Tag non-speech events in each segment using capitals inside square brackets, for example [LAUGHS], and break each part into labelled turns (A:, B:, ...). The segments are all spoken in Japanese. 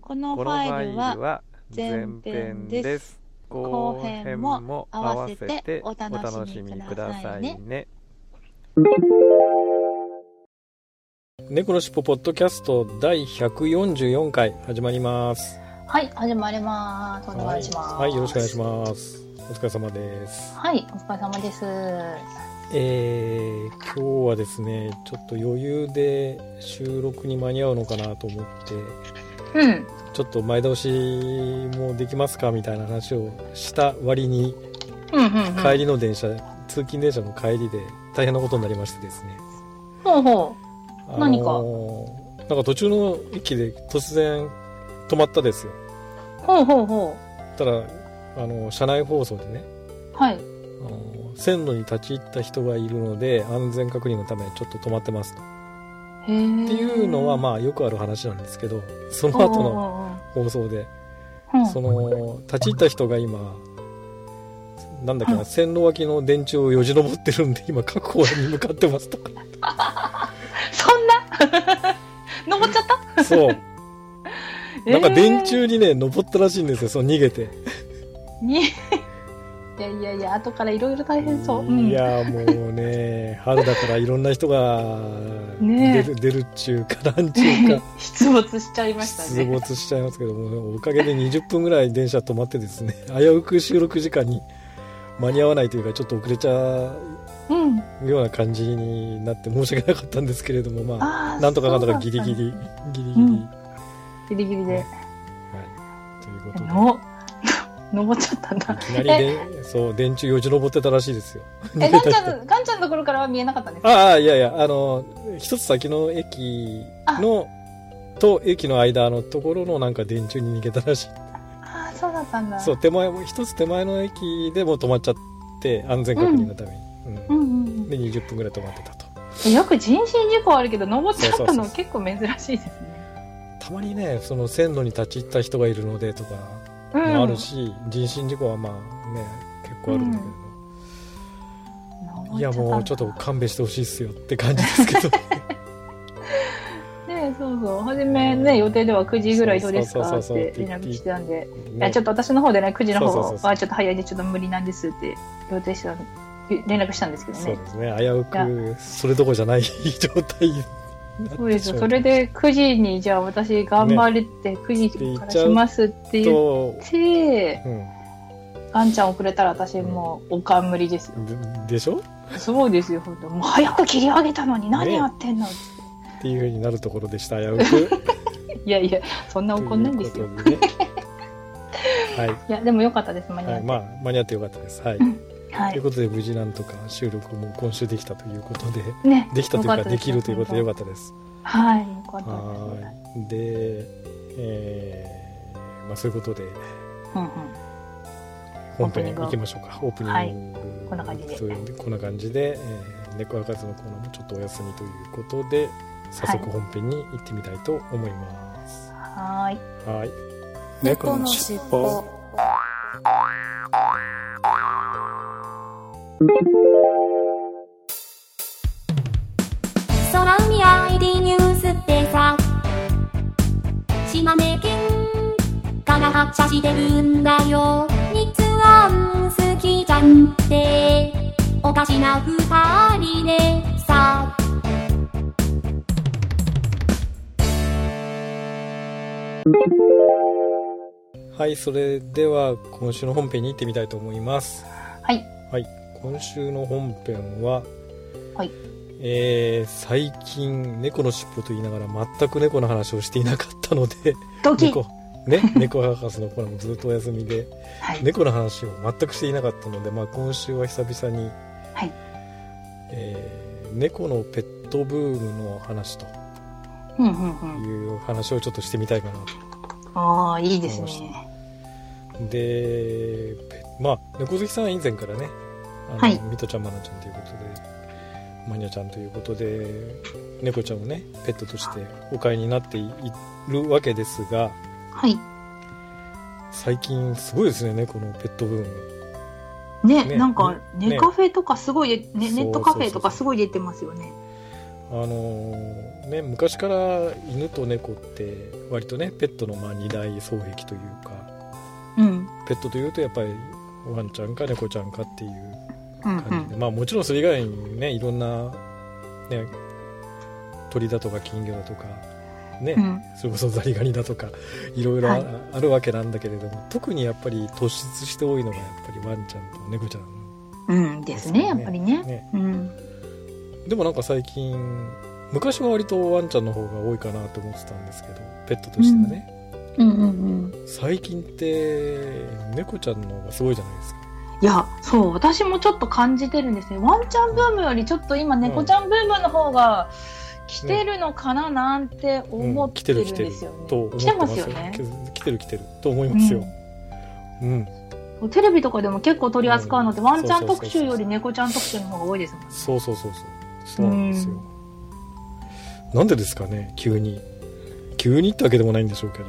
A: このフ
B: このファ
A: ァイ
B: イ
A: ル
B: ル
A: は
B: は
A: 前
B: 前
A: 編
B: 編
A: です
B: です。後編も合わせてお楽しみくださいね。
C: 猫のしっぽポッドキャスト第144回始まります。
A: はい始まりますお願いします
C: はい、よろしくお願いします。お疲れ様です。
A: はいお疲れ様です
C: えー、今日はですね、ちょっと余裕で収録に間に合うのかなと思って、
A: うん
C: ちょっと前倒しもできますかみたいな話をした割に、
A: うんうん、うん、
C: 帰りの電車、通勤電車の帰りで大変なことになりましてですね。
A: ほうほ何か
C: あのーなんか途中の駅で突然止まったですよ。
A: うほうほうほ
C: たら、あのー車内放送でね、
A: うはい
C: あのー線路に立ち入った人がいるので、安全確認のためちょっと止まってますと。っ
A: へえ
C: ていうのは、まあよくある話なんですけど、 [LAUGHS] その後の
A: の
C: 放送で、
A: うん
C: その、立ち入った人が今、なんだっけ
A: う
C: な、線路脇の電柱をよじ登ってるんで、今、各方に向かってま
A: [LAUGHS]
C: すとか。
A: そんな [LAUGHS] 登っちゃった
C: そう。 [LAUGHS] なんか電
A: え
C: 柱にね、登ったらしいんですよ、そう逃げて。
A: ーに [LAUGHS] いやいやいや後からいろいろ大変そう、うん、
C: いやーもう
A: [LAUGHS]
C: ね、春だからいろんな人が
A: ねえ
C: 出る、出るっちゅうか、なんちゅ
A: [LAUGHS]
C: うか、
A: 出没しちゃいました
C: 出
A: ね
C: 没しちゃいますけども、おかげで20分ぐらい電車止まってですね、 [LAUGHS] 危うく収録時間に間に合わないというか、ちょっと遅れちゃ
A: うん
C: うような感じになって申し訳なかったんですけれども、ま
A: あ
C: あ、
A: ー
C: なんとかなんとか
A: そ
C: ギ
A: うだ
C: リ
A: った
C: ギ
A: ね
C: リ、ギリギリ、
A: うんギリギリで
C: はい、ということで。
A: の [LAUGHS] 登っちゃったんだ
C: [LAUGHS] いきなりで、そう、電柱よじ登ってたらしいですよ。
A: え、ガンちゃん、ガンちゃんのところからは見えなかったんですか
C: ああ、いやいや、あの、一つ先の駅の、と駅の間のところのなんか電柱に逃げたらしい。
A: ああ、そうだったんだ。
C: そう、手前、一つ手前の駅でもう止まっちゃって、安全確認のために。
A: う
C: うん
A: う
C: ん
A: んうん
C: で、20分ぐらい止まってたと。
A: えよく人身事故あるけど登っちゃった
C: そうそう
A: の
C: そう
A: 結構珍しいですね。
C: たまにね、その線路に立ち入った人がいるのでとか
A: うん
C: もあるし、人身事故はまあね、結構あるんだけれど。いやもうちょっと
A: 登ちゃ
C: 勘弁してほしいっすよって感じです
A: [LAUGHS]
C: けど
A: たんだねそうそう初めね予定では9時ぐらいどうです
C: そ
A: か
C: う
A: っ
C: そうそうそう
A: て連絡してたんで、い
C: ね
A: やちょっと私の方でね9時の
C: そうそう
A: 方
C: そうそう
A: はちょっと早いんでちょっと無理なんですって予定してたんで連絡したんですけど
C: そう
A: ね
C: ですね危うくそれどころじゃない状態になってしま
A: そうですよそれで9時にじゃあ私頑張れって9時からしますって言っ
C: と、
A: て
C: う
A: ガンちゃん遅れたら私もうおかん無理ですよ
C: ん、ででしょ
A: そうですよ本当もう早く切り上げたのに何やってんの
C: っていうふうになるところでした危
A: [LAUGHS]
C: うく
A: いやいや、そんな怒んないんですよ。
C: ということでねはい、
A: いや、でも良かったです、間に合
C: はい、
A: って。
C: まあ間に合ってよかったですはい、
A: は
C: という
A: い。
C: ことで無事なんとか収録も今週できたということで
A: ね。
C: できたという
A: 良
C: か
A: っ
C: できるということでよか
A: っ
C: ったです
A: た。はい、良かったです。
C: はいでえーまあそういうことで
A: うんうん。
C: 本編行きましょうかオープニング、
A: こんな感じで
C: というこんな感じで、えー、猫赤ずのコーナーもちょっとお休みということで早速本編に行ってみたいと思います、
A: はーい。
C: はい
D: 猫のしっぽ
E: 空海 ID ニュースってさ島根県から発車してるんだよ日安好きじゃんっておかしな二人でさ
C: はいそれでは今週の本編に行ってみたいと思います
A: はい。
C: はい今週の本編は
A: はい
C: えー最近猫の尻尾と言いながら全く猫の話をしていなかったので
A: ドキ
C: 猫ね猫博士のコーナーもずっとお休みで
A: はい。
C: 猫の話を全くしていなかったので、まあ、今週は久々に、
A: はい
C: えー猫のペットブームの話と
A: うんうんうん。
C: いうお話をちょっとしてみたいかなと
A: ああ、いいですね。
C: で、ペまあ、猫好きさんは以前からね、あの
A: はい
C: ミトちゃん、マナちゃんということで、マニアちゃんということで、猫ちゃんをね、ペットとしてお飼いになっているわけですが、
A: はい。
C: 最近すごいですね、猫のペットブーム。
A: ね、
C: ね
A: なんか、
C: ね
A: ネカフェとかすごい、ね、
C: そう
A: ネットカフェとかすごい出てますよね。
C: あのーね、昔から犬と猫って割とねペットのまあ二大双璧というか
A: うん。
C: ペットというとやっぱりワンちゃんか猫ちゃんかっていう
A: うんう
C: 感じで、
A: ん。
C: まあもちろんそれ以外にねいろんな、ね、鳥だとか金魚だとかね、
A: うん。
C: それこそザリガニだとかいろいろ
A: は
C: あ,、
A: い
C: るわけなんだけれども特にやっぱり突出して多いのがやっぱりワンちゃんと猫ちゃん
A: うんですね、やっぱりね。
C: ね
A: うん。
C: でもなんか最近昔は割とワンちゃんの方が多いかなと思ってたんですけどペットとしてはね、
A: うんうんうん。
C: 最近って猫ちゃんの方がすごいじゃないですか
A: いや、そう、私もちょっと感じてるんですね。ワンちゃんブームよりちょっと今、猫ちゃんブームの方が来てるのかななんて思
C: うん
A: っ
C: 来
A: て
C: て
A: る
C: る
A: ん
C: 来てる
A: ですよね。
C: と思っ
A: 来
C: て
A: て
C: ま
A: ます
C: すよ
A: よね。
C: 来てる来てると思いますよ、うん、
A: うんテレビとかでも結構取り扱うので、
C: うん
A: ワンちゃん
C: そうそうそ
A: 特
C: うそう
A: 集より猫ちゃん特集の方が多いですもん。
C: そうそうそうそうそうなんですよ、なんでですかね急に急にってわけでもないんでしょうけど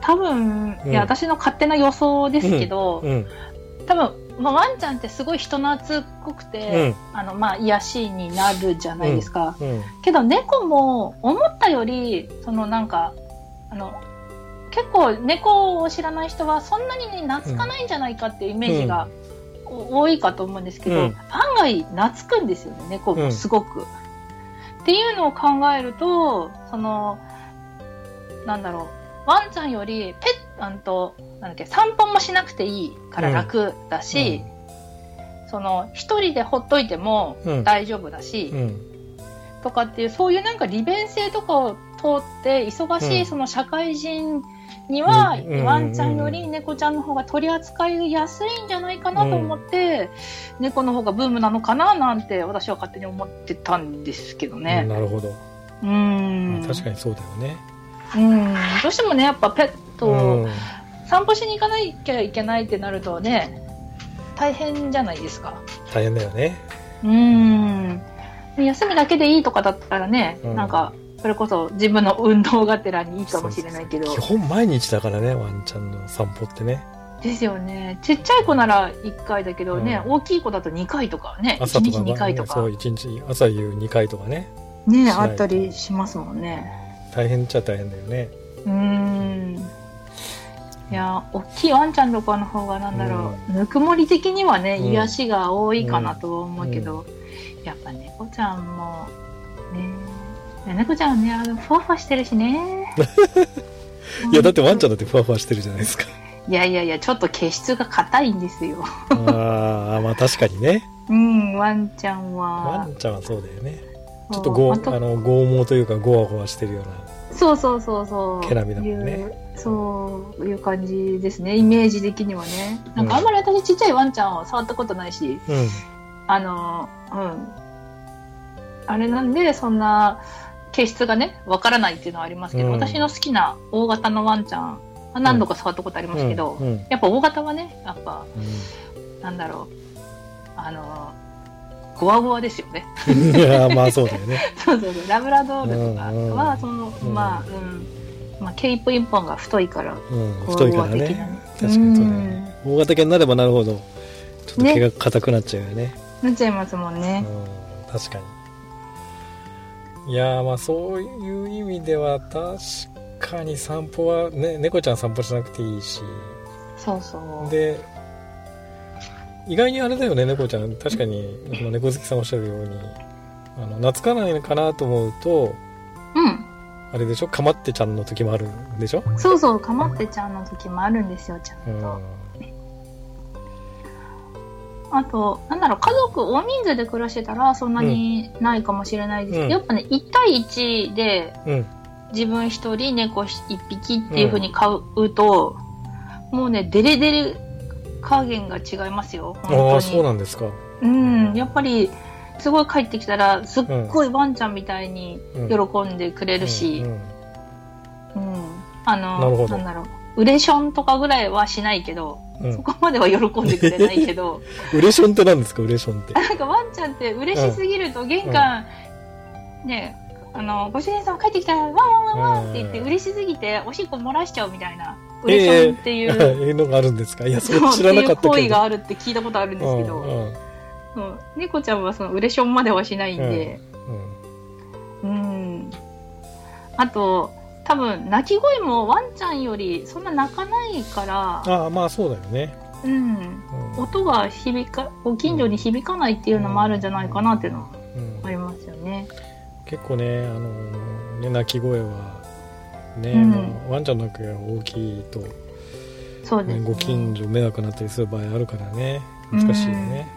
A: 多分、
C: うん
A: いや、私の勝手な予想ですけど、
C: うん
A: 多分、まあ、ワンちゃんってすごい人懐っこく
C: う
A: て、
C: ん
A: あの、まあ、癒しになるじゃないですか。
C: うん
A: けど猫も思ったよりそのなんかあの結構猫を知らない人はそんなに、ね、懐かないんじゃないかっていうイメージが、お多いかと思うんですけど、
C: うん
A: 案外懐くんですよね猫もすごく。っていうのを考えるとそのなんだろうワンちゃんよりペッあんとなんだっけ散歩もしなくていいから楽だし、その一人でほっといても
C: うん
A: 大丈夫だし。
C: うん
A: とかっていうそういうなんか利便性とかを通って忙し
C: うん
A: いその社会人には、
C: うん
A: ワンちゃんより猫ちゃんの方が取り扱いやすいんじゃないかなと思って、猫の方がブームなのかななんて私は勝手に思ってたんですけどね。
C: なるほど、
A: う
C: ま
A: ん、
C: あ確かにそうだよね
A: うんどうしてもねやっぱペット
C: う
A: を
C: ん
A: 散歩しに行かなきゃいけないってなるとね大変じゃないですか。
C: 大変だよね
A: うん休みだけでいいとかだったらね、
C: うん
A: なんかそれこそ自分の運動がてらにいいかもしれないけど
C: 基本毎日だからねワンちゃんの散歩ってね
A: ですよねちっちゃい子なら1回だけどね、
C: うん
A: 大きい子だと2回とかね
C: 朝
A: 1
C: とか
A: 日
C: 晩
A: 2回と
C: そ
A: か
C: う一日朝夕2回とかね
A: ね
C: しないと
A: あったりしますもんね
C: 大変っちゃ大変だよね
A: うんいや大きいワンちゃんとかの方がなんだろう、ぬくもり的にはね
C: うん
A: 癒しが多いかなとは思うけど、やっぱ猫ちゃんもね猫ちゃんはねあのふわふわしてるしね
C: [LAUGHS] いやだってワンちゃん
A: ん
C: だってふわふわしてるじゃないですか
A: いやいやいやちょっと毛質が硬いんですよ
C: あーまあ確かにね
A: うんワンちゃん
C: ワ
A: は
C: ンちゃんはそうだよねち
A: そ
C: ょ
A: う
C: っとごあ
A: また
C: の剛毛というかゴワゴワしてるような
A: そうそうそうそう
C: 毛並みだもんね
A: いうそういう感じですねイメージ的にはねなんかあんまり私ちっちゃいワンちゃんを触ったことないし、
C: うん
A: あの、うん。あれなんで、そんな、形質がね、わからないっていうのはありますけど、
C: うん
A: 私の好きな大型のワンちゃん、あ何度か触ったことありますけど、
C: うんうん
A: やっぱ大型はね、やっぱ、
C: う
A: なんだろう、あの、ゴワゴワですよね。 [LAUGHS]
C: んいやまあそうだよね
A: そうそうそう、ラブラドールとか
C: うん
A: は、その、
C: うん
A: まあ、うん、まあ、毛一本一本が太いから、
C: うん
A: ゴワ
C: 太い
A: ゴ
C: か
A: ワ
C: ら
A: 的な
C: ね確かにそうだよね大型犬になればなるほどちょっと毛
A: ね
C: が硬くなっちゃうよね
A: うんなっちゃいますもんね。
C: うん確かにいやーまあそういう意味では確かに散歩はね猫ちゃん散歩しなくていいし
A: そうそう。
C: で意外にあれだよね猫ちゃん確かにこの猫好きさんおっしゃるようにあの懐かないのかなと思うと
A: うん。
C: あれでしょかまってちゃんの時もあるんでしょ、
A: そうそう、かまってちゃんの時もあるんですよ、ちゃんと。
C: うん、
A: あと、なんだろう、家族、大人数で暮らしてたら、そんなにないかもしれないですけど、
C: うん
A: やっぱね、1対1で、
C: うん
A: 自分一人、猫1匹っていう風に買うと、もうね、デレデレ加減が違いますよ、本当に。
C: ああそうなんですか
A: うん、やっぱり、すごい帰ってきたら、すっごいワンちゃんみたいに喜んでくれるし、
C: うんうん
A: うんあの、
C: なるほど
A: んだろう。ウレションとかぐらいはしないけど、
C: うん
A: そこまでは喜んでくれないけ
C: [LAUGHS]
A: ど、
C: ウレションって何ですかウレションって。
A: なんかワンちゃんって嬉しすぎると玄関、ね、あの、ご主人様帰ってきたら、ワンワンワンワンって言って
C: うん
A: 嬉しすぎて、おしっこ漏らしちゃうみたいな、ウレシ
C: ええ
A: ョンって
C: え
A: い
C: え
A: [LAUGHS] う、
C: [LAUGHS] いうのがあるんですかいや、それ
A: そう
C: 知らなかったけど。
A: っていう行為があるって聞いたことあるんですけど、
C: うんうん
A: そう猫ちゃんはそのウレションまではしないんで、
C: うん
A: うん。あと、多分、鳴き声もワンちゃんよりそんな鳴かないから、
C: ああ、まあそうだよね。
A: うん。
C: うん
A: 音が響かご近所に響かないっていうのもあるんじゃないかなっていうのは
C: うん
A: ありますよね。
C: 結構ね、あのーね、鳴き声は、ね、
A: うん
C: まあワンちゃんの鳴き声が大きいと、
A: そうで
C: ね、
A: す、ね。
C: ご近所迷惑になったりする場合あるからね、難しいよね。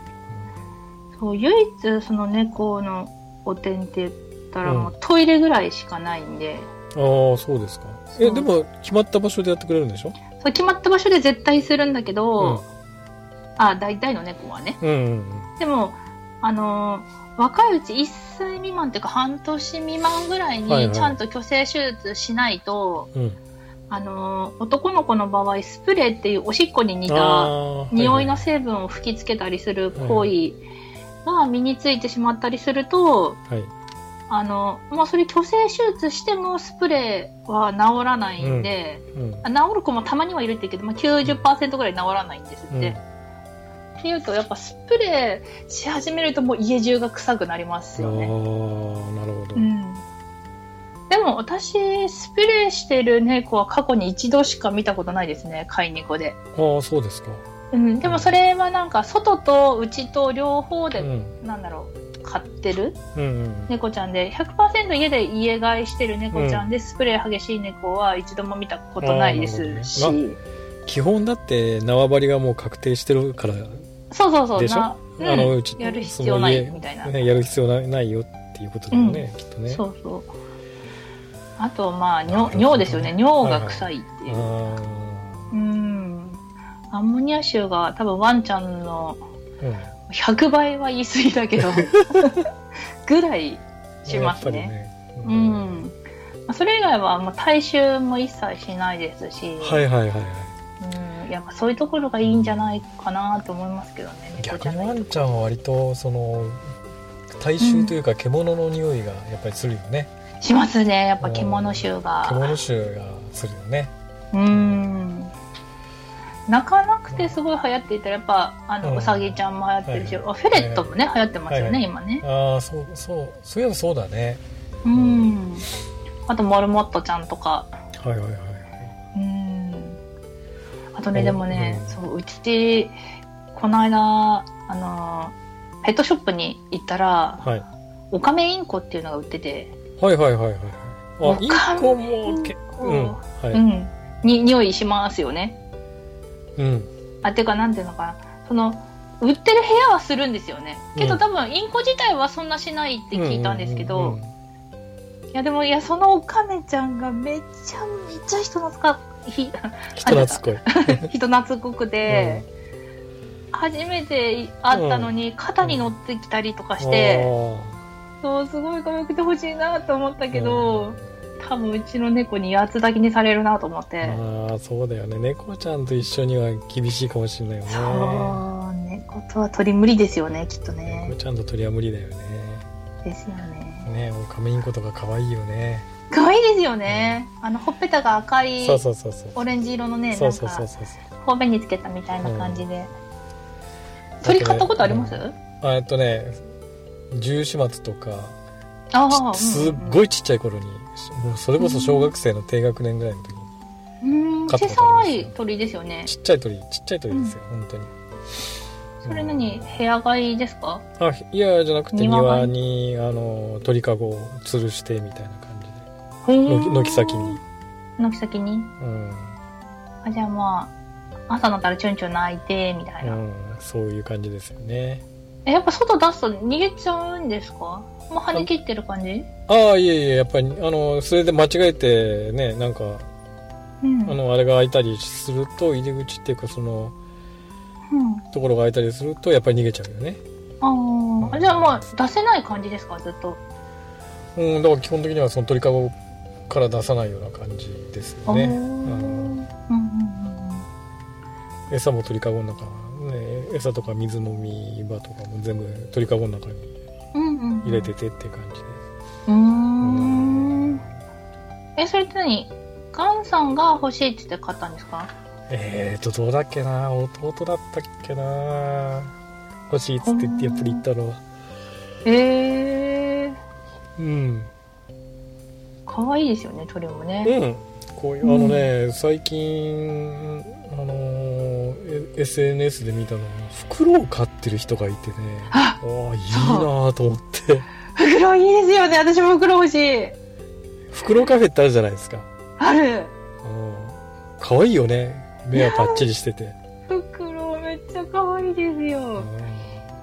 A: そう唯一その猫のお点って言ったら
C: うん
A: もうトイレぐらいしかないんで、
C: ああ、そうですか。え、
A: そう
C: でも、決まった場所でやってくれるんでしょ
A: そう決まった場所で絶対するんだけ
C: う
A: ど、
C: ん
A: あ大体の猫はね。
C: うんうんうん。
A: でもあのー若いうち1歳未満っていうか半年未満ぐらい
C: はいは
A: に
C: い
A: ちゃんと去勢手術しないと、
C: うん
A: あのー男の子の場合スプレーっていうおしっこに似た
C: あー
A: 匂いの
C: は
A: 成分を吹きつけたりする行為が身についてしまったりすると、
C: いはい、
A: あの、もうそれ去勢手術してもスプレーは治らないんで、
C: うん
A: あ治る子もたまにはいるって言うけど、まあ、90%ぐらい治らないんですって。っていうと、やっぱスプレーし始めるともう家中が臭くなりますよね。
C: ああなるほど、
A: うん。でも私、スプレーしてる猫は過去に一度しか見たことないですね、飼い猫で。
C: ああそうですか
A: うん、でもそれはなんか外と内と両方で、
C: うん
A: なんだろう飼ってる
C: うんうん
A: 猫ちゃんで100%家で家飼いしてる猫ちゃんで、スプレー激しい猫は一度も見たことないですし、
C: あーな基本だって縄張りがもう確定してるから、
A: そうそうそう
C: でしょ
A: な、うん
C: あのうち
A: やる必要ないみたいな、
C: ね、やる必要なないよっていうことだよね、きっとね
A: そうそうあとまあ
C: なるほ
A: 尿
C: ど
A: 尿ですよね尿が臭いっていう、
C: あ
A: うんアンモニア臭が多分ワンちゃんの
C: ーうん
A: 100倍は言い過ぎだけ
C: [LAUGHS]
A: どぐらいしますね
C: やっぱりね
A: う、ん、まあそれ以外はもう大衆も一切しないですし、
C: はいはいはいはい
A: うん、やっぱそういうところがいいんじゃないかなと思いますけどね猫
C: 逆
A: じゃ
C: に
A: ない
C: ワンちゃんは割とその大衆というか獣の匂いがやっぱりするよね、
A: しますねやっぱ獣臭が
C: 獣臭がするよね
A: うん泣かなくてすごい流行っていたらやっぱあの、
C: うん
A: うさぎちゃんも流行ってるし、
C: はいはい
A: あフェレットもね、流行ってますよね、
C: はいはい
A: 今ね
C: ああそうそうそういえばそうだね
A: うんあとモルモットちゃんとか
C: はいはいはい
A: うんあとね、
C: うん
A: でもね、
C: うん
A: そう、うち、この間、あのー、ペットショップに行ったら、
C: はい
A: オカメインコっていうのが売ってて、
C: はいはいはいはいはいあイ
A: もう
C: ンコもけ
A: 完
C: うん
A: 全
C: は
A: う
C: い
A: ん、に、匂いしますよね。
C: うん
A: あ、てか、なんていうのかな、その、売ってる部屋はするんですよね。け
C: う
A: ど
C: ん
A: 多分、インコ自体はそんなしないって聞いたんですけど、
C: うんうんうん
A: いや、でも、いや、そのオカメちゃんがめちゃめちゃ人懐か、ひ
C: 人懐っこい
A: 人懐っこくて、初めて会ったのに肩に乗ってきたりとかして、そうすごい可愛くてほしいなと思ったけど、多分うちの猫に八つ抱きにされるなと思っ
C: あ
A: て、
C: ーあーそうだよね猫ちゃんと一緒には厳しいかもしれないよね
A: そう猫とは鳥無理ですよねきっとね
C: 猫ちゃんと鳥は無理だよね
A: ですよね
C: ねオカメインコとか可愛いよね
A: 可愛いですよね、あのほっぺたが赤い
C: そうそうそうそう
A: オレンジ色のね
C: そ
A: な
C: うんそうそう
A: か
C: そうそう
A: 方便につけたみたいな感じで、
C: ん
A: 鳥買ったことあります、
C: だあえっとね十四松とか
A: ああ
C: すっ
A: い、
C: ごいちっちゃい頃にもうそれこそ小学生の低学年ぐらいの時に
A: うん、
C: 買
A: 小
C: ったことあ
A: さ
C: ります
A: い鳥ですよね
C: ちっちゃい鳥ちっちゃい鳥ですよ、本当に
A: それ何部屋買いですか
C: あいやじゃなくて
A: 庭が
C: 庭にあの鳥かごを吊るしてみたいな感じで
A: 軒
C: 軒軒先に、
A: 軒先に
C: うん
A: あじゃあまあ朝になったらチュンチュン泣いてみたいな、
C: うん、そういう感じですよね
A: えやっぱ外出すと逃げちゃうんですかもう跳ね切ってる感じ
C: ああいえいえやっぱりあのそれで間違えてねなんか
A: うん
C: あのあれが開いたりすると入り口っていうかその
A: うん
C: ところが開いたりするとやっぱり逃げちゃうよね
A: ああじゃあもう出せない感じですかずっと
C: うん、だから基本的にはその鳥かごから出さないような感じですよね。
A: あー
C: うん
A: うんうん
C: 餌も鳥かごの中、ね、餌とか水飲み場とかも全部鳥かごの中に
A: うんうんうんうん
C: 入れててっていう感じで。
A: うーんえそれって何ガンさんが欲しいって言って買ったんですか
C: えーと、どうだっけな弟だったっけな欲しいっつって言ってやっぱり言ったのは。
A: ええ
C: うん。
A: 可愛いですよね鳥もね
C: うん。こういう、あのね、最近、あのーえ SNS で見たのは、袋を飼ってる人がいてね、あ
A: あ
C: あ、いい
A: そう
C: なと思って。
A: 袋いいですよね私も袋欲しい
C: 袋カフェってあるじゃないですか。
A: ある
C: うん可愛いよね目はパッチリしてて、
A: 袋めっちゃ可愛いです
C: う
A: よ
C: ん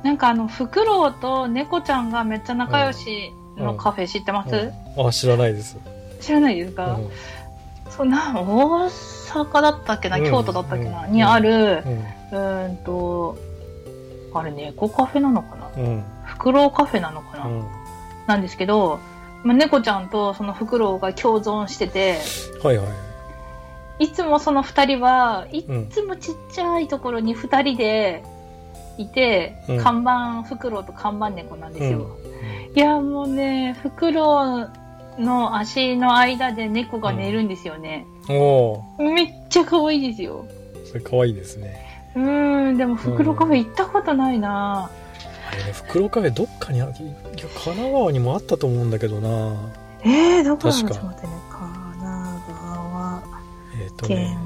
A: なんかあのフクロウと猫ちゃんがめっちゃ仲良しのカフェ知ってます、
C: あ知らないです、
A: 知らないです
C: う
A: か、
C: ん
A: そうな大阪だったっけな、
C: うん
A: 京都だったっけな、
C: うん
A: にある
C: う、ん
A: うーんとあれ猫カフェなのかな
C: うん
A: フクロウカフェなのかな、
C: うん
A: なんですけど、まあ、猫ちゃんとそのフクロウが共存してて
C: はいはい
A: いつもその2人はいっ
C: うん
A: つもちっちゃいところに2人でいて、
C: うん
A: 看板フクロウと看板猫なんですよ、
C: うん
A: いやもうねフクロウの足の間で猫が寝るんですよね、
C: おお
A: めっちゃ可愛いですよ
C: それ可愛いですね
A: うーんでもフクロウカフェ行ったことないな、
C: あれね袋カフェどっかにあいや神奈川にもあったと思うんだけどな
A: えー、どこなの
C: 確
A: ちょ
C: か
A: っと待ってね神奈川
C: えっ、と
A: 県
C: ね、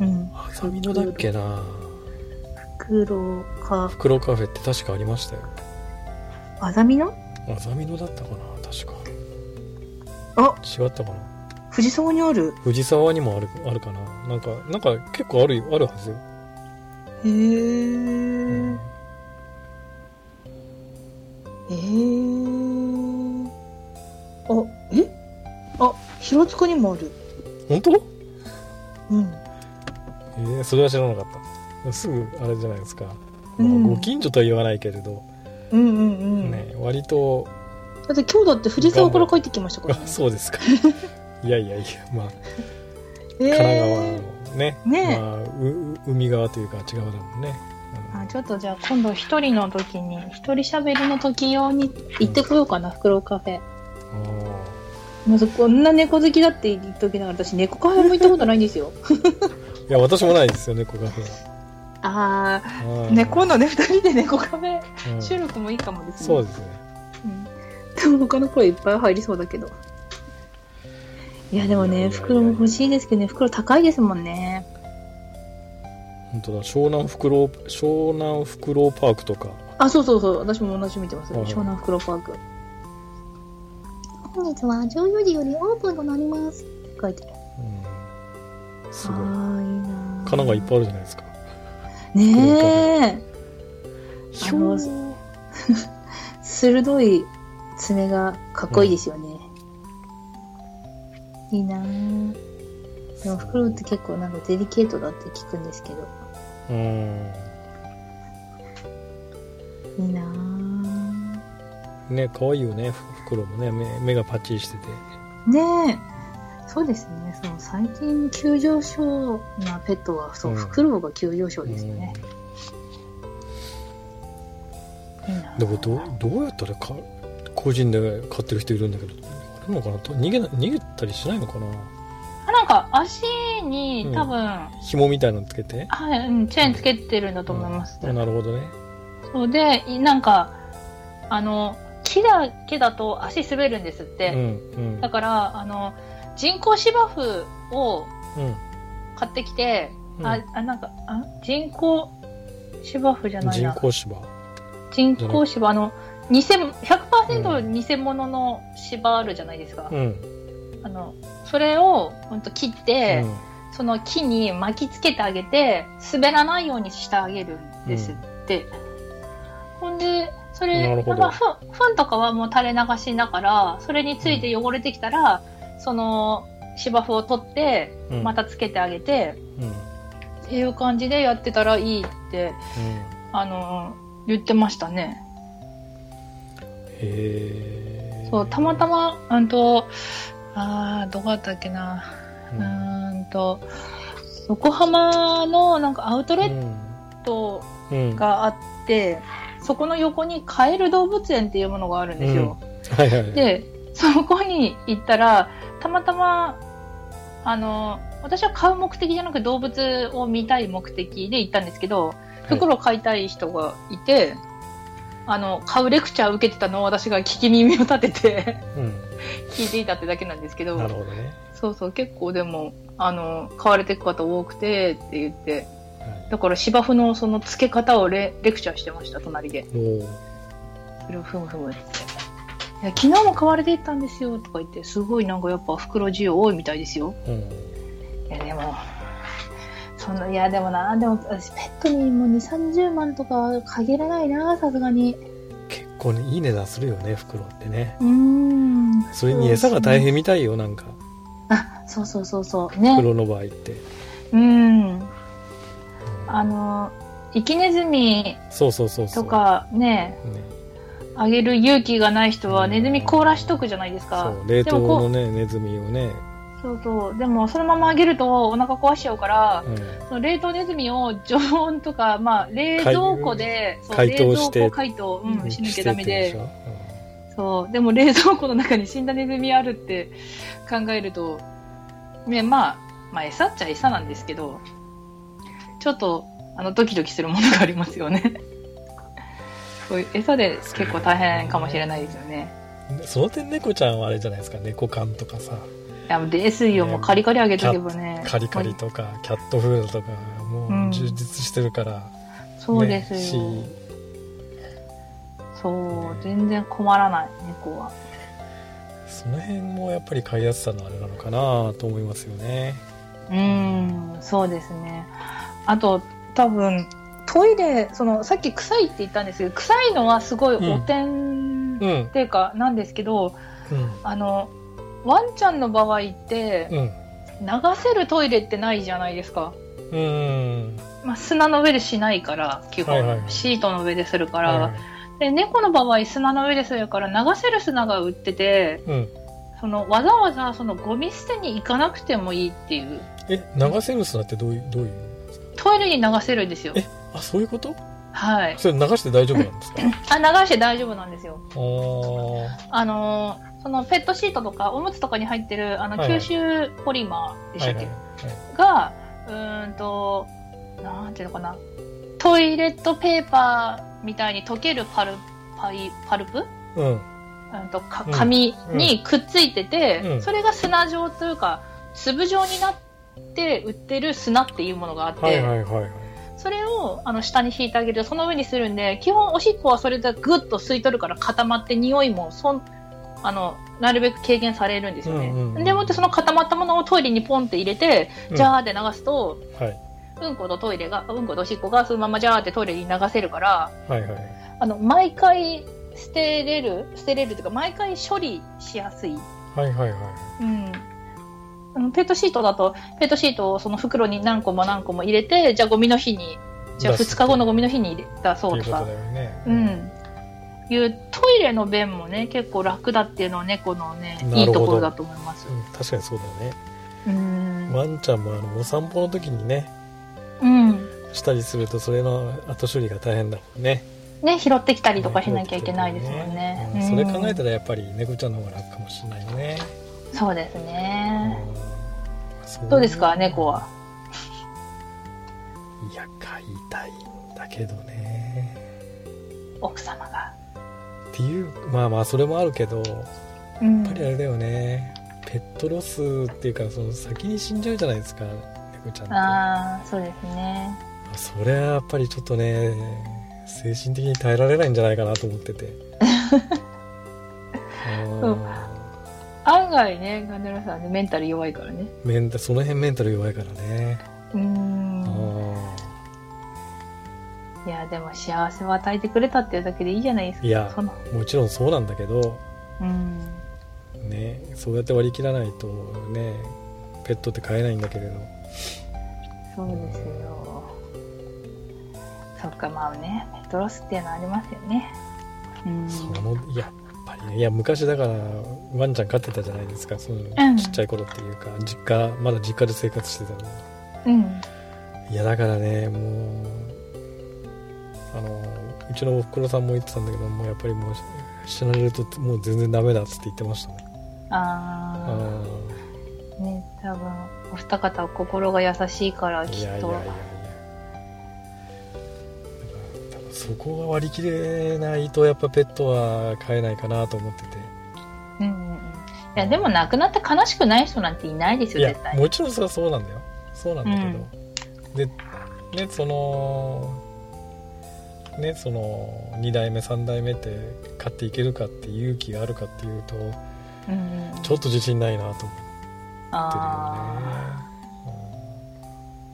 C: う
A: うんん
C: あざみ野だっけな
A: フクロウか
C: 袋カフェって確かありましたよ
A: アザミの
C: あざみ野だったかな確か
A: あ
C: 違ったかな
A: 藤沢にある
C: 藤沢にもあるあるかななんかなんか結構あるあるはずよ、
A: へえ
C: うん
A: えー、あえあ平塚にもある
C: 本当
A: うん
C: えーそれは知らなかったすぐあれじゃないですか、
A: うん
C: まあご近所とは言わないけれど、
A: うんうんうん、
C: ね、割と [LAUGHS]
A: だって今日だって藤沢から帰ってきましたか
C: あ
A: らね
C: そうで
A: [LAUGHS]
C: すかいやいやいやまあ
A: 神
C: 神奈川のね,、
A: ねえ
C: まあ、うう海側というか違うだもんね、うん
A: あちょっとじゃあ今度一人の時に一人喋りの時用に行ってこようかな、フクロウカフェ
C: あ
A: まずこんな猫好きだって言っときながら私猫カフェも行ったことないんですよ
C: ーいや私もないですよ猫カ
A: [LAUGHS]
C: フェ
A: ああ
C: は
A: ね今度ね二人で猫カフェ
C: うん
A: 収録もいいかもですね
C: そうですね
A: うん、でも他の声いっぱい入りそうだけどいやでも
C: いやいやいや
A: ね
C: いや
A: 袋も欲しいですけどね袋高いですもんね
C: 本当だ湘南フクロウ湘南フクロウパークとか
A: あそうそうそう私も同じ見てます、
C: はいはい
A: 湘南袋パークっ
E: 本日は14時よりオープンとなります。
A: て書いてある
C: うんす
A: あ
C: ごい
A: ーいいな
C: 神奈川いっぱいあるじゃないですか
A: ねえあ
C: ひょ
A: の鋭い爪がかっこいいですよね、いいなでも袋って結構なんかデリケートだって聞くんですけど
C: うん
A: いいな
C: ね可愛いよねふ袋もね目目がパッチリしてて
A: ねえそうですねその最近急上昇なペットはそう、
C: うん
A: フクロウが急上昇ですよね、いいな
C: でもどうどうやったらか個人で飼ってる人いるんだけどあれなのかなと逃げな逃げたりしないのかな
A: あなんか足に多分、
C: 紐みたいなのつけて
A: はいうん、チェーンつけてるんだと思います、
C: うんなるほどね
A: そうでいなんかあの木だ木だと足滑るんですっ
C: うん
A: て、
C: うん
A: だからあの人工芝生を
C: うん
A: 買ってきて、
C: うん
A: ああなんかあ人工芝生じゃない
C: 人
A: な
C: 工芝
A: 人工芝あの偽100%偽物の芝あるじゃないですか、
C: うんうん
A: あのそれをほんと切って、その木に巻きつけてあげて滑らないようにしてあげるんですって、ほんでそ
C: なる
A: れ
C: ほど
A: まあふんふんとかはもう垂れ流しだからそれについて汚れてきたら、その芝生を取って
C: うん
A: またつけてあげて、
C: うんうん
A: っていう感じでやってたらいいってあの言ってましたね
C: へ
A: そうたまたまうんとあーどこだったっけなうーんと横浜のなんかアウトレット
C: えうん、うん、は
A: があって、そこの横にカエル動物園っていうものがあるんですよ、
C: いはいはい
A: でそこに行ったらたまたまあの私は買う目的じゃなく動物を見たい目的で行ったんですけど袋を買いたい人がいて、あの買うレクチャー受けてたのを私が聞き耳を立てて [LAUGHS]
C: う
A: 聞いていたってだけなんですけど
C: ん、なるほどね、
A: そうそう結構でもあの買われていく方多くてって言って
C: は
A: だから芝生のその付け方をレレクチャーしてました隣で
C: い、おー
A: それをふむふむっていや昨日も買われていったんですよとか言ってすごいなんかやっぱ袋需要多いみたいですよ
C: うん
A: いやでもそんないやでもなでも私ペットにもう2 3 0万とか限らないなさすがに
C: 結構ねいい値段するよね袋ってね
A: うーん
C: それに餌が大変みたいよなんか
A: あそうそうそうそうね
C: 袋の場合って
A: うんあの生きネズミ
C: そうそうそうそう
A: とかね
C: ね
A: あげる勇気がない人はネズミ凍らしとくじゃないですか
C: そう冷凍
A: でもこ
C: の
A: う
C: ねネズミをね、
A: そうそうでもそのままあげるとお腹壊しちゃうから
C: うん、
A: その冷凍ネズミを常温とか、まあ、冷蔵庫でそう
C: 解凍して
A: 冷蔵庫解凍、うん、しなきゃダメ
C: して
A: で
C: る
A: そうでも冷蔵庫の中に死んだネズミあるって考えると、ねまあ、まあ餌っちゃ餌なんですけどちょっとあのドキドキするものがありますよね [LAUGHS] そういう餌で結構大変かもしれないですよね
C: でしょ、うん、その点猫ちゃんはあれじゃないですか猫缶とかさ
A: いやですよもうカリカリあげとけばね
C: カリカリとかキャットフードとかもう充実してるから、
A: そう
C: ね
A: ですよ、
C: し
A: そう全然困らない猫は
C: その辺もやっぱり飼いやすさのあれなのかなと思いますよね
A: うーん、そうですね。あと、多分、トイレ、その、さっき臭いって言ったんですけど、臭いのはすごいおてん、
C: う
A: っ
C: ん
A: ていうか、なんですけど、
C: うん
A: あの、ワンちゃんの場合って、
C: う
A: 流
C: ん
A: せるトイレってないじゃないですか。
C: うん
A: まあ、砂の上でしないから、基本、
C: はいはいはい
A: シートの上でするから、
C: はい
A: で、猫の場合、砂の上でするから、流せる砂が売ってて、
C: うん
A: その、わざわざ、その、ゴミ捨てに行かなくてもいいっていう、
C: え流せる砂ってどういうどういう
A: トイレに流せるんですよ
C: え。あそういうこと
A: はい。
C: それ流して大丈夫なんですか
A: あ流して大丈夫なんですよ。
C: あー
A: あのーそのペットシートとかおむつとかに入ってるあの
C: はいはい
A: 吸収ポリマーでし
C: は
A: た
C: い
A: っ
C: は
A: け、
C: い
A: がうーんとなんていうのかなトイレットペーパーみたいに溶けるパルパイパルプ、
C: うん
A: うん、とか
C: うん
A: 紙にくっついてて、
C: うん
A: それが砂状というか粒状になって売ってる砂っていうものがあって、
C: はいはいはいはい
A: それをあの下に引いてあげるとその上にするんで基本おしっこはそれでぐっと吸い取るから固まって匂いもそんあのなるべく軽減されるんですよね、
C: うんうんうん
A: でもってその固まったものをトイレにポンって入れて、
C: うん
A: ジャーで流すと
C: はい
A: うんことトイレがうんことおしっこがそのままジャーってトイレに流せるから
C: はいはい
A: あの毎回捨てれる捨てれるというか毎回処理しやすい、
C: はいはいはい
A: うん、あのペットシートだとペットシートをその袋に何個も何個も入れてじゃあゴミの日にじゃあ
C: 出す
A: 2日後のゴミの日に入れたそ
C: というう
A: と
C: こと
A: か
C: だよね
A: うん、いうトイレの便もね結構楽だっていうのは猫のね
C: なるほど
A: いいところだと思います
C: う。ん確かにそうだよね
A: うん、
C: ワンちゃんもあのお散歩の時にね
A: うん
C: したりするとそれの後処理が大変だもんね
A: ね拾ってきたりとかしなきゃいけないですもんね。
C: うんそれ考えた
A: ら
C: らやっぱり猫ちゃんの方が楽かもしれないね、
A: そうですね。
C: そ
A: どうですか猫はい
C: や飼いたいんだけどね
A: 奥様が。
C: っていうまあまあそれもあるけどや
A: うん
C: っぱりあれだよねペットロスっていうかその先に死んじゃうじゃないですか猫ちゃんって
A: ああそうですね。
C: それはやっぱりちょっとね精神的に耐えられないんじゃないかなと思っ
A: [LAUGHS]
C: ててうん
A: 案外ねガンダルフさんねメンタル弱いからね。
C: メンタその辺メンタル弱いからね、
A: うん
C: う。
A: いやでも幸せを与えてくれたっていうだけでいいじゃないですか。
C: いや
A: その
C: んもちろんそうなんだけど
A: うん。
C: ねそうやって割り切らないとねペットって飼えないんだけれど
A: そうですよ。そっか、まあね、ペットロスっていうのはありますよね。うん。
C: そのいやいやいや昔だからワンちゃん飼ってたじゃないですかその、
A: ん
C: ちっちゃい頃っていうか実家まだ実家で生活してたの
A: うん。
C: いやだからねもうあのうちのおふくろさんも言ってたんだけどもうやっぱりもう死なれるともう全然ダメだっつって言ってましたね
A: あ
C: あ
A: あ、ね、多分、お二方は心が優しいから、
C: ーい
A: き
C: やいや
A: っ
C: いや
A: と
C: いや。だから多分そこが割り切れないとやっぱペットは飼えないかなと思ってて
A: うんうんうん。いや、でも亡くなって悲しくない人なんていないです
C: い
A: よ、
C: や
A: 絶対。
C: もちろんそれはそうなんだよそうなんだけど、でねそのねその2代目3代目って買っていけるかって勇気があるかっていうと
A: うんうん。
C: ちょっと自信ないなと思って
A: あ
C: るよ
A: あ、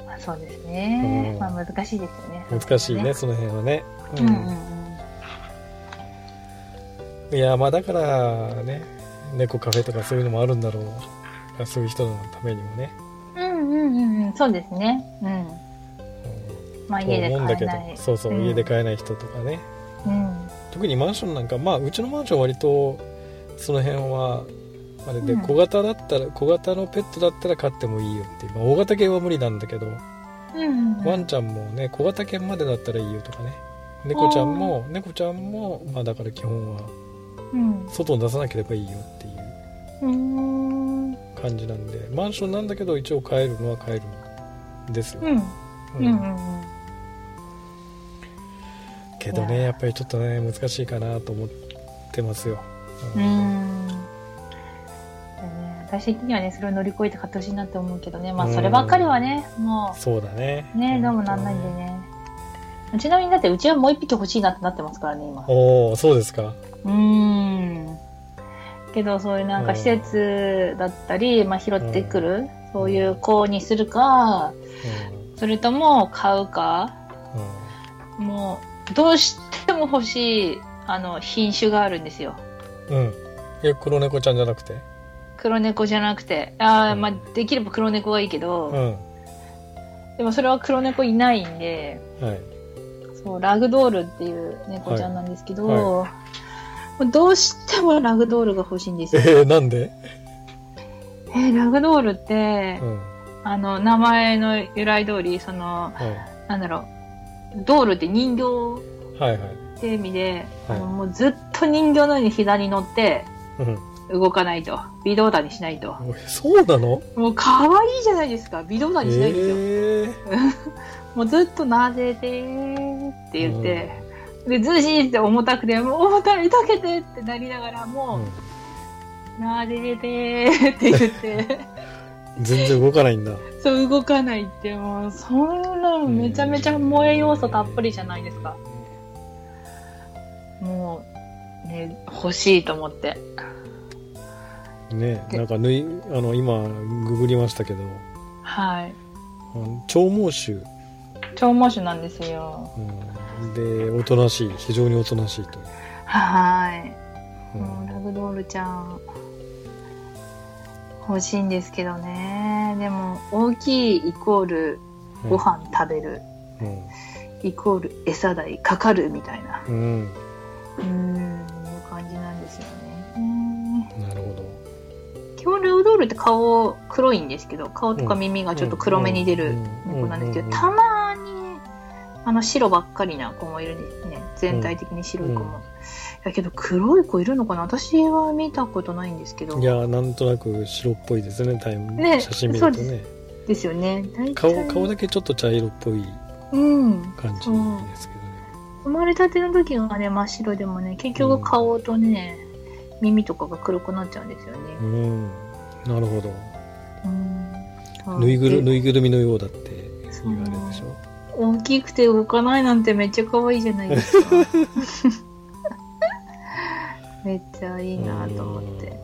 A: まあそうですね。
C: うん
A: まあ難しいですよね。
C: ね、うん難しいねその辺はね、う
A: うんうんうん。
C: いやまあだからね猫カフェとかそういうのもあるんだろうそういう人のためにもね、
A: うんうんうんうん、そうですね。うん。
C: う
A: まあ
C: ん、と
A: 家で
C: 思うん
A: 買え
C: だけど
A: ない。
C: そうそう、
A: うん
C: 家で飼えない人とかね
A: うん。
C: 特にマンションなんかまあうちのマンションは割とその辺はあれで
A: うん
C: 小型だったら小型のペットだったら飼ってもいいよっていう、まあ、大型犬は無理なんだけど、
A: うんうん。
C: ワンちゃんもね小型犬までだったらいいよとかね猫ちゃんも猫ちゃんもまあだから基本は
A: うん。
C: 外に出さなければいいよっていう
A: うん。
C: 感じなんでマンションなんだけど一応飼えるのは飼えるんですよ、
A: うん。う
C: うん
A: んうんうん。
C: けど
A: い
C: ね
A: や
C: やっぱりちょっとね難しいかなと思ってますよ、
A: うーん。私的にはね、それを乗り越えて勝しいなって思うけどね、まあ、そればっかりはね、も
C: そうだね
A: う、ね、どうもなんないんでね。ちなみにだって、うちはもう一匹欲しいなってなってますからね、今。う
C: おおそうですか
A: ーん。けど、そういうなんか施設だったり、まあ、拾ってくる、そういう子にするか、
C: う
A: それとも買うか、
C: んうん
A: もう、どうしても欲しい、あの、品種があるんですよ。
C: うん。いや、黒猫ちゃんじゃなくて。
A: 黒猫じゃなくて、あーまあ、できれば黒猫がいいけど、
C: うん。
A: でもそれは黒猫いないんで、
C: はい。
A: そう、ラグドールっていう猫ちゃんなんですけど、
C: はい
A: もうどうしてもラグドールが欲しいんです
C: え
A: よ。
C: ー、なんで
A: えーラグドールって
C: う、ん。
A: あの、名前の由来通り、その、
C: はい。
A: なんだろう、ドールって人形
C: はいはい。
A: って意味で、
C: はい
A: あのもうずっと人形のように膝に乗って、
C: うん。
A: 動かないと。微動だにしないと。
C: おいそうなの
A: もう可愛いじゃないですか。微動だ
C: え
A: にしないんですよ。
C: ー
A: もうずっとなでてーって言って、で、ずしーって重たくて、もう重たい、溶けてってなりながら、
C: う
A: も
C: ん
A: う、なでてーって言って、 [LAUGHS]
C: 全然動かないんだ。
A: そう動かないって、もう、そんなのめちゃめちゃ萌え要素たっぷりじゃないですか。もう、ね、欲しいと思って。
C: ねなんか縫い、あの、今、ググりましたけど、
A: はい。
C: あの長毛種、
A: 超猛種なんですよ。
C: うん、で、おとなしい、非常におとなしいという。
A: はい。
C: う
A: もうんラグドールちゃん、欲しいんですけどね。でも、大きいイコール、ご。飯食べる、
C: うん
A: イコール餌代かかるみたいな、
C: うん。
A: うーん、いう感じなんですよね。
C: うんなるほど。
A: 基本ラウドールって顔黒いんですけど、顔とか耳がちょっと黒目に出る猫なんですけ
C: う
A: ど、
C: ん
A: たまに、あの白ばっかりな子もいるんですね。全体的に白い子
C: うん
A: も。だけど黒い子いるのかな私は見たことないんですけど
C: い。や、なんとなく白っぽいですね、タイム、
A: ね
C: 写真見ると
A: そう
C: ね。
A: ですよね。大体
C: 顔、顔だけちょっと茶色っぽい
A: うん。
C: 感じ
A: そう
C: ですけどね。
A: 生まれたての時はね、真っ白でもね、結局顔とね、耳とかが黒くなっちゃうんですよね。
C: うん、なるほ
A: うん
C: どぬいぐる
A: で
C: ぬいぐるみのようだって言われるでしょ
A: 大きくて動かないなんてめっちゃ可愛いじゃないです
C: [LAUGHS]
A: かめっちゃいいなと思って、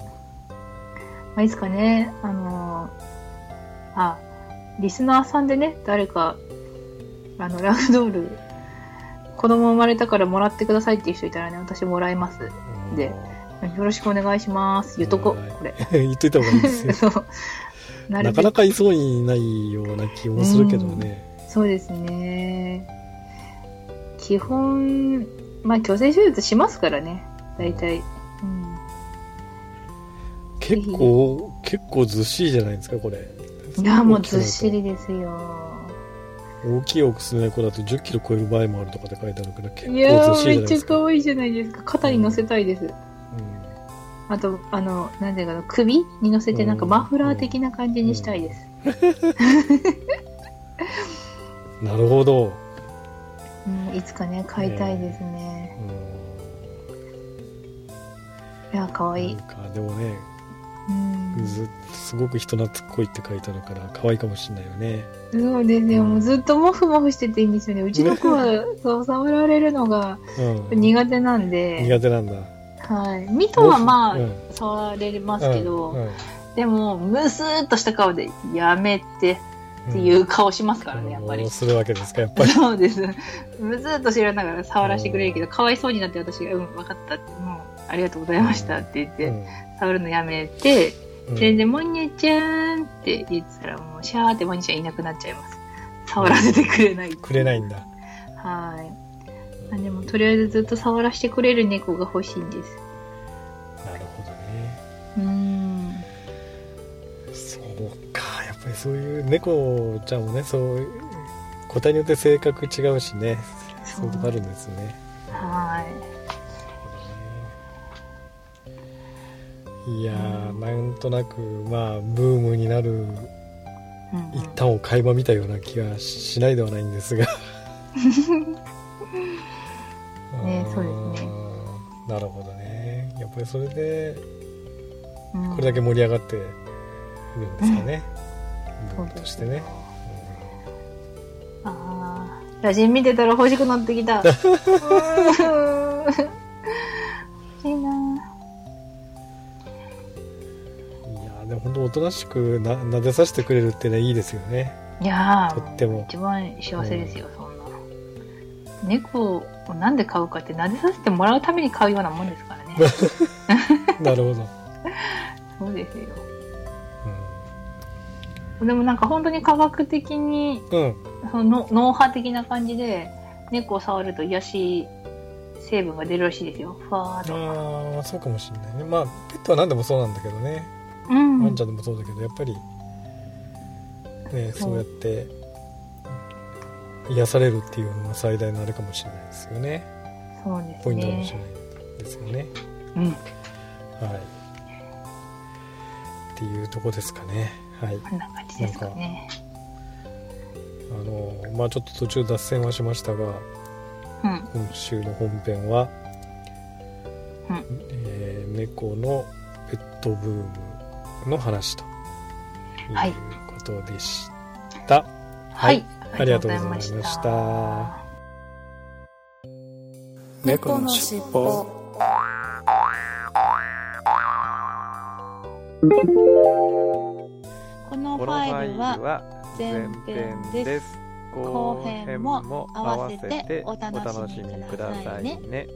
A: まあ、いつかねあのーあリスナーさんでね誰かあのラグドール子供生まれたからもらってくださいっていう人いたらね私もらいますよ
C: うん
A: でろしくお願いします言っとこ
C: はいう
A: これ
C: [LAUGHS] 言っといた方がいいですよ
A: [LAUGHS] そうな
C: な
A: る
C: か
A: べ
C: な
A: く
C: かいそうにないような気もするけどね
A: そうですね。基本、まあ、虚勢手術しますからね、大体。うん。
C: 結構結構ずっしりじゃないですかこれ
A: いやもうずっしりですよ
C: 大きいオス猫だと1 0キロ超える場合もあるとかって書いてあるけど結
A: いや
C: 構ずっ
A: ー
C: しりじ
A: め
C: ゃ
A: っ
C: ないで
A: ちゃ
C: すか
A: 可愛いじゃないですか肩に乗せたいです、あとあのなんていうかな首に乗せてなんかマフラー的な感じにしたいです、
C: うんなるほど、
A: うんいつかね飼いたいですね、
C: うん、
A: いや可愛い
C: なんかでもね
A: うん
C: ずすごく人懐っこいって書いてあるから可愛いかもしれないよね
A: そうですよもうずっとモフモフしてていいんですよねうちの子はそう触られるのが
C: うん
A: 苦手なんで、
C: [LAUGHS] 苦手なんだ
A: はい、ミトはまあ、
C: うん
A: 触られますけど、
C: うんうん
A: でもムスーっとした顔で「やめて」っていう顔しますからね、やっぱり
C: うんするわけですかやっぱり
A: そうです。むずっと知らながら触らせてくれるけど、かわいそうになって私が、うん、分かったって、もう、ありがとうございましたって言って、触るのやめて、
C: うん
A: それで、モニャちゃんって言ってたら、もう、シャーってモニャちゃんいなくなっちゃいます。触らせてくれない。
C: くれないんだ
A: はい。あでも、とりあえずずっと触らせてくれる猫が欲しいんです。
C: なるほどね
A: うーん。
C: そうかやっぱりそういう猫ちゃんもねそう個体によって性格違うしねそういうとこあるんですよね
A: はい。
C: いやーなんとなくまあブームになる
A: うん
C: 一旦を垣間見たような気がしないではないんです [LAUGHS] が
A: ねそうですね
C: うんなるほどねやっぱりそれで
A: うん
C: これだけ盛り上がっているんですかね、ブームとしてね、
A: あー写真見てたら欲しくなってき
C: [LAUGHS]
A: た。うーん欲しいな
C: うんいやーでも本当おとなしくな撫でさせてくれるってねいいですよね
A: ぁいや
C: と
A: ー
C: っても
A: 一番幸せですよ、そんな。猫をなんで飼うかって、撫でさせてもらうために飼うようなもんです
C: [LAUGHS]
A: からね。
C: なるほど、
A: そうですよ。でもなんか本当に科学的に、
C: うんうん、
A: その脳波的な感じで、猫を触ると癒し成分が出るらしいですよ。ふわーっと。
C: ああそうかもしれないねまあペットは何でもそうなんだけどね
A: うん。
C: ワンちゃんでもそうだけどやっぱりねそうやって癒されるっていうのが最大のあれかもしれないですよね
A: そうですね。
C: ポイントかもしれないですよね
A: うん。
C: はいっていうとこですかねはい
A: こんな感じですかね。
C: あのまあちょっと途中脱線はしましたが
A: うん。
C: 今週の本編は、
A: うん
C: えー猫のペットブームの話とい
A: はいう
C: ことでした。
A: はい。
C: ありがとうございました。
D: 猫のしっぽ
F: このフ
B: このフ
F: ァイ
B: ァイ
F: ル
B: ル
F: は
B: は前編です後編も合わせてお楽しみくださいね